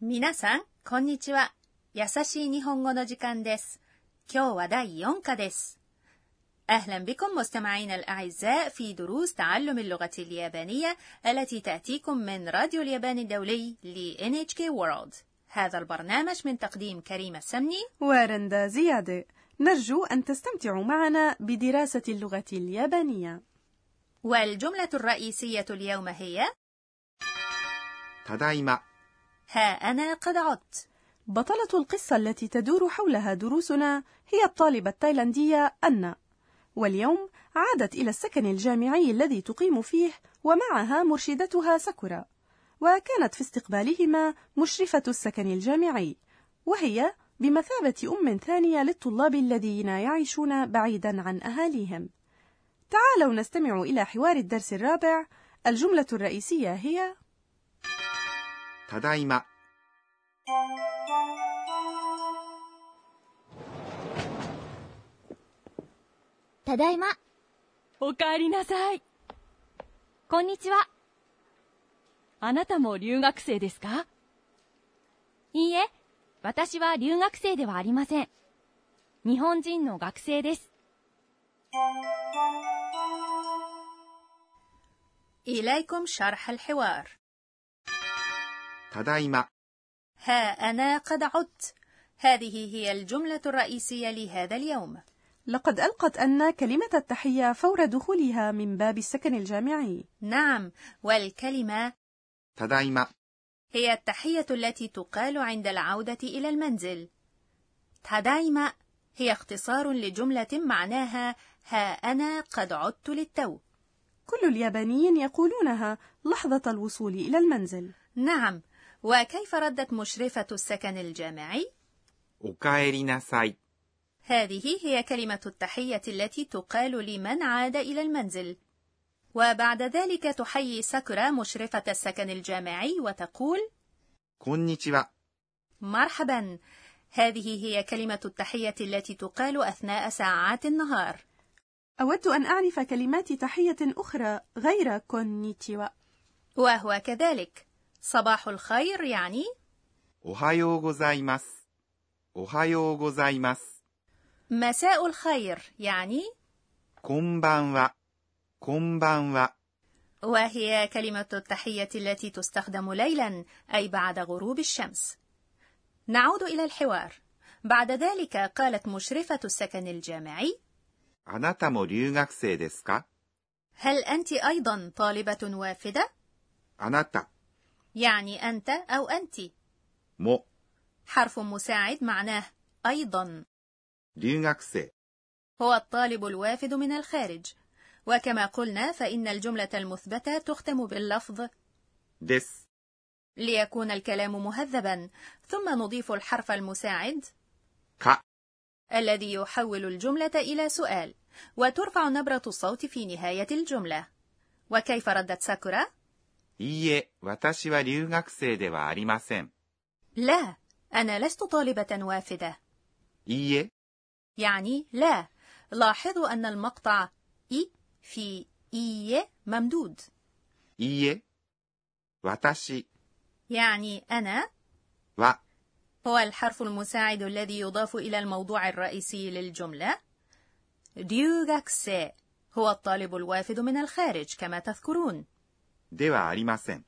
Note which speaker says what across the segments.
Speaker 1: 皆さん、こんにちは。優しい日本語の時間です。今日は第4課です。أهلا بكم مستمعينا الأعزاء في دروس تعلم اللغة اليابانية التي تأتيكم من راديو اليابان الدولي ل NHK World. هذا البرنامج من تقديم كريمة السمني
Speaker 2: ورندا زيادة. نرجو أن تستمتعوا معنا بدراسة اللغة اليابانية.
Speaker 1: والجملة الرئيسية اليوم هي
Speaker 3: ただいま
Speaker 1: ها أنا قد عدت
Speaker 2: بطلة القصة التي تدور حولها دروسنا هي الطالبة التايلاندية أنا واليوم عادت إلى السكن الجامعي الذي تقيم فيه ومعها مرشدتها ساكورا وكانت في استقبالهما مشرفة السكن الجامعي وهي بمثابة أم ثانية للطلاب الذين يعيشون بعيدا عن أهاليهم تعالوا نستمع إلى حوار الدرس الرابع الجملة الرئيسية هي
Speaker 3: ただいま
Speaker 4: ただいま
Speaker 5: おかえりなさい
Speaker 4: こんにちは
Speaker 5: あなたも留学生ですか
Speaker 4: いいえ私は留学生ではありません日本人の学生です
Speaker 1: イライコムシャルハルヘワール
Speaker 3: ただいま
Speaker 1: ها أنا قد عدت هذه هي الجملة الرئيسية لهذا اليوم
Speaker 2: لقد ألقت أن كلمة التحية فور دخولها من باب السكن الجامعي
Speaker 1: نعم والكلمة
Speaker 3: ただいま
Speaker 1: هي التحية التي تقال عند العودة إلى المنزل تدايما هي اختصار لجملة معناها ها أنا قد عدت للتو
Speaker 2: كل اليابانيين يقولونها لحظة الوصول إلى المنزل
Speaker 1: نعم وكيف ردت مشرفة السكن الجامعي؟
Speaker 3: おかえりなさい
Speaker 1: هذه هي كلمة التحية التي تقال لمن عاد إلى المنزل. وبعد ذلك تحيي ساكورا مشرفة السكن الجامعي وتقول
Speaker 3: こんにちは
Speaker 1: مرحبا. هذه هي كلمة التحية التي تقال أثناء ساعات النهار.
Speaker 2: أود أن أعرف كلمات تحية أخرى غير كونيتشيوا
Speaker 1: وهو كذلك صباح الخير يعني
Speaker 3: おはようございますおはようございます
Speaker 1: مساء الخير يعني
Speaker 3: こんばんはこんばんは
Speaker 1: وهي كلمة التحية التي تستخدم ليلا أي بعد غروب الشمس. نعود إلى الحوار. بعد ذلك قالت مشرفة السكن الجامعي:
Speaker 3: あなたも留学生ですか
Speaker 1: هل أنت أيضا طالبة وافدة؟
Speaker 3: あなた
Speaker 1: يعني أنت أو أنتِ.
Speaker 3: も
Speaker 1: حرف مساعد معناه أيضا.
Speaker 3: 留学生
Speaker 1: هو الطالب الوافد من الخارج. وكما قلنا فإن الجملة المثبتة تختم باللفظ
Speaker 3: です
Speaker 1: ليكون الكلام مهذبا، ثم نضيف الحرف المساعد
Speaker 3: か
Speaker 1: الذي يحول الجملة إلى سؤال، وترفع نبرة الصوت في نهاية الجملة. وكيف ردت ساكورا؟
Speaker 3: いいえ私は留学生ではありません
Speaker 1: لا، أنا لست طالبة وافدة.
Speaker 3: いいえ
Speaker 1: يعني لا. لاحظوا أن المقطع إي في إي ممدود
Speaker 3: いいえ私
Speaker 1: يعني أنا
Speaker 3: は
Speaker 1: هو الحرف المساعد الذي يضاف إلى الموضوع الرئيسي للجملة ريوغاكسي هو الطالب الوافد من الخارج كما تذكرون
Speaker 3: ではありません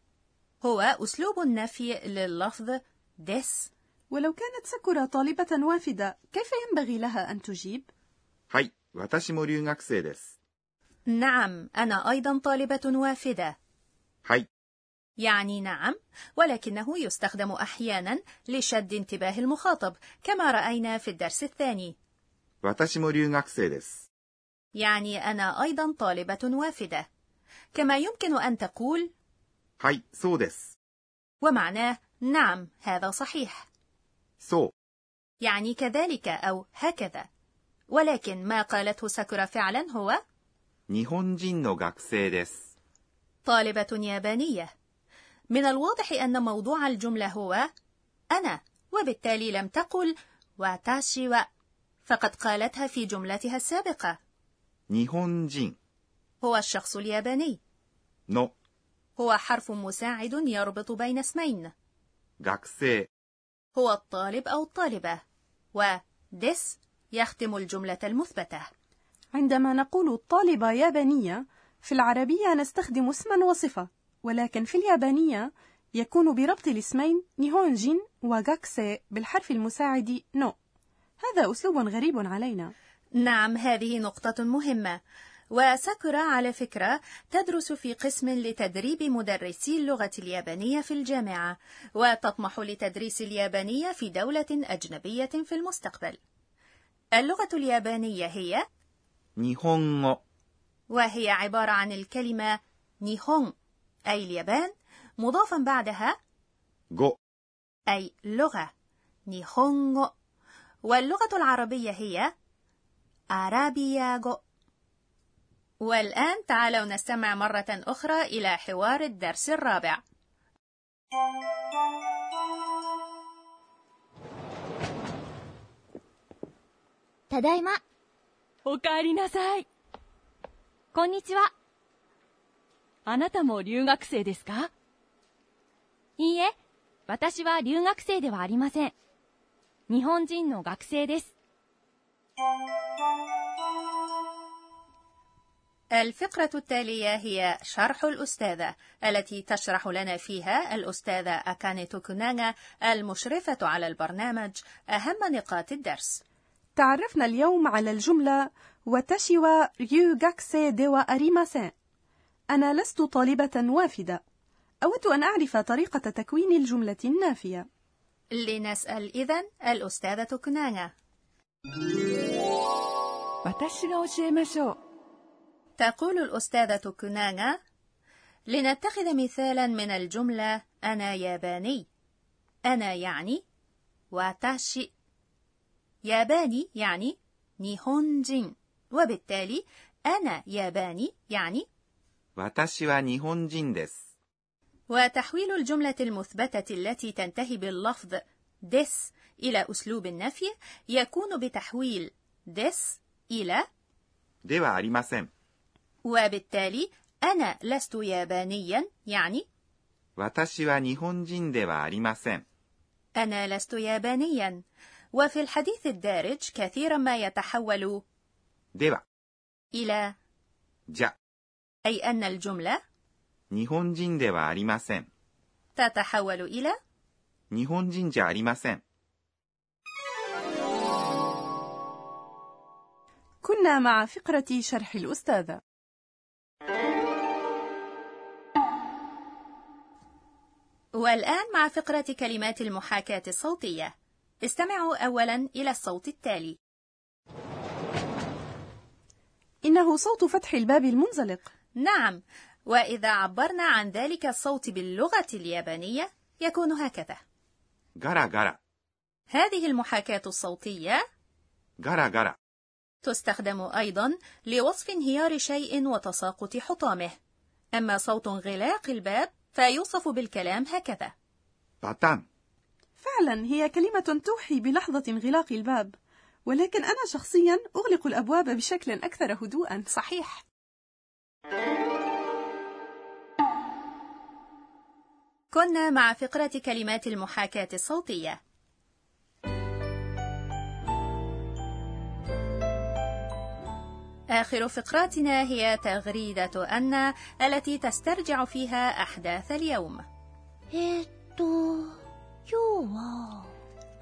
Speaker 1: هو أسلوب النفي لللفظ ديس
Speaker 2: ولو كانت ساكورا طالبة وافدة كيف ينبغي لها أن تجيب؟
Speaker 3: はい私も留学生です
Speaker 1: نعم أنا أيضا طالبة وافدة
Speaker 3: はい
Speaker 1: يعني نعم ولكنه يستخدم أحيانا لشد انتباه المخاطب كما رأينا في الدرس الثاني
Speaker 3: 私も留学生です
Speaker 1: يعني أنا أيضا طالبة وافدة كما يمكن أن تقول
Speaker 3: はいそうです
Speaker 1: ومعناه نعم هذا صحيح
Speaker 3: そう
Speaker 1: يعني كذلك أو هكذا ولكن ما قالته ساكورا فعلا هو
Speaker 3: 日本人の学生です
Speaker 1: طالبة يابانية من الواضح أن موضوع الجملة هو أنا وبالتالي لم تقل واتاشي و فقد قالتها في جملتها السابقة
Speaker 3: 日本人
Speaker 1: هو الشخص الياباني
Speaker 3: の
Speaker 1: هو حرف مساعد يربط بين اسمين
Speaker 3: 学生
Speaker 1: هو الطالب أو الطالبة و this يختم الجملة المثبتة
Speaker 2: عندما نقول طالبة يابانية في العربية نستخدم اسما وصفة ولكن في اليابانية يكون بربط الاسمين نيهونجين وغاكسي بالحرف المساعد نو هذا أسلوب غريب علينا
Speaker 1: نعم هذه نقطة مهمة وساكورا على فكرة تدرس في قسم لتدريب مدرسي اللغة اليابانية في الجامعة وتطمح لتدريس اليابانية في دولة أجنبية في المستقبل اللغة اليابانية هي
Speaker 3: 日本語
Speaker 1: وهي عبارة عن الكلمة نيهون أي اليابان مضافا بعدها
Speaker 3: 語
Speaker 1: أي لغة نيهونغو واللغة العربية هي أرابياغو والآن تعالوا نستمع مرة أخرى إلى حوار الدرس الرابع
Speaker 4: ただいま。
Speaker 5: おかえりなさい。
Speaker 4: こんにちは。
Speaker 5: あなたも留学生ですか
Speaker 4: いいえ、私は留学生ではありません。日本人の学生です。
Speaker 1: الفقرة التالية هي شرح الأستاذة التي تشرح لنا فيها الأستاذة أكاني توكوناغا المشرفة على البرنامج أهم نقاط الدرس
Speaker 2: تعرفنا اليوم على الجملة وتشيوا ريو غاكسي ديوا أريماسين أنا لست طالبة وافدة أود أن أعرف طريقة تكوين الجملة النافية
Speaker 1: لنسأل إذن الأستاذة توكوناغا
Speaker 5: 私が教えましょう。
Speaker 1: تقول الأستاذة كنانا لنتخذ مثالا من الجملة أنا ياباني أنا يعني واتاشي ياباني يعني نيهونجين وبالتالي أنا ياباني يعني
Speaker 3: 私は日本人です。
Speaker 1: وتحويل الجملة المثبتة التي تنتهي باللفظ this إلى أسلوب النفي يكون بتحويل this إلى
Speaker 3: ではありません。
Speaker 1: وبالتالي أنا لست يابانيا يعني
Speaker 3: 私は日本人ではありません。
Speaker 1: أنا لست يابانيا وفي الحديث الدارج كثيرا ما يتحول
Speaker 3: では、
Speaker 1: إلى
Speaker 3: じゃ、
Speaker 1: أي أن الجملة
Speaker 3: 日本人ではありません。
Speaker 1: تتحول إلى
Speaker 3: 日本人じゃありません。
Speaker 2: كنا مع فقرة شرح الأستاذة
Speaker 1: والآن مع فقرة كلمات المحاكاة الصوتية استمعوا أولا إلى الصوت التالي
Speaker 2: إنه صوت فتح الباب المنزلق
Speaker 1: نعم وإذا عبرنا عن ذلك الصوت باللغة اليابانية يكون هكذا
Speaker 3: ガラガラ、
Speaker 1: هذه المحاكاة الصوتية
Speaker 3: ガラガラ、
Speaker 1: تستخدم أيضا لوصف انهيار شيء وتساقط حطامه أما صوت انغلاق الباب فيوصف بالكلام هكذا
Speaker 3: バタン、
Speaker 2: فعلا هي كلمة توحي بلحظة انغلاق الباب ولكن أنا شخصيا أغلق الأبواب بشكل أكثر هدوءا صحيح
Speaker 1: كنا مع فقرة كلمات المحاكاة الصوتية آخر فقراتنا هي تغريدة أن التي تسترجع فيها أحداث اليوم
Speaker 4: えっと、今日は、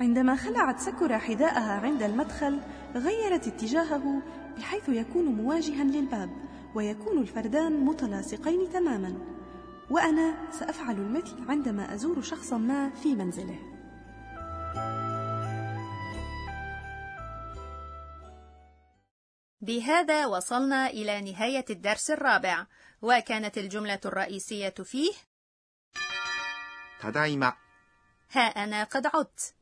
Speaker 2: عندما خلعت ساكورا حذاءها عند المدخل غيرت اتجاهه بحيث يكون مواجها للباب ويكون الفردان متلاصقين تماما وأنا سأفعل المثل عندما أزور شخصا ما في منزله
Speaker 1: بهذا وصلنا إلى نهاية الدرس الرابع وكانت الجملة الرئيسية فيه
Speaker 3: ただいま、
Speaker 1: ها أنا قد عدت.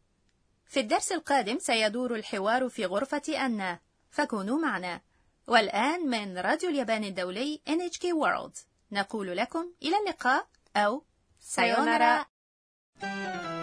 Speaker 1: في الدرس القادم سيدور الحوار في غرفة أنا، فكونوا معنا. والآن من راديو اليابان الدولي NHK World، نقول لكم إلى اللقاء أو سايونارا.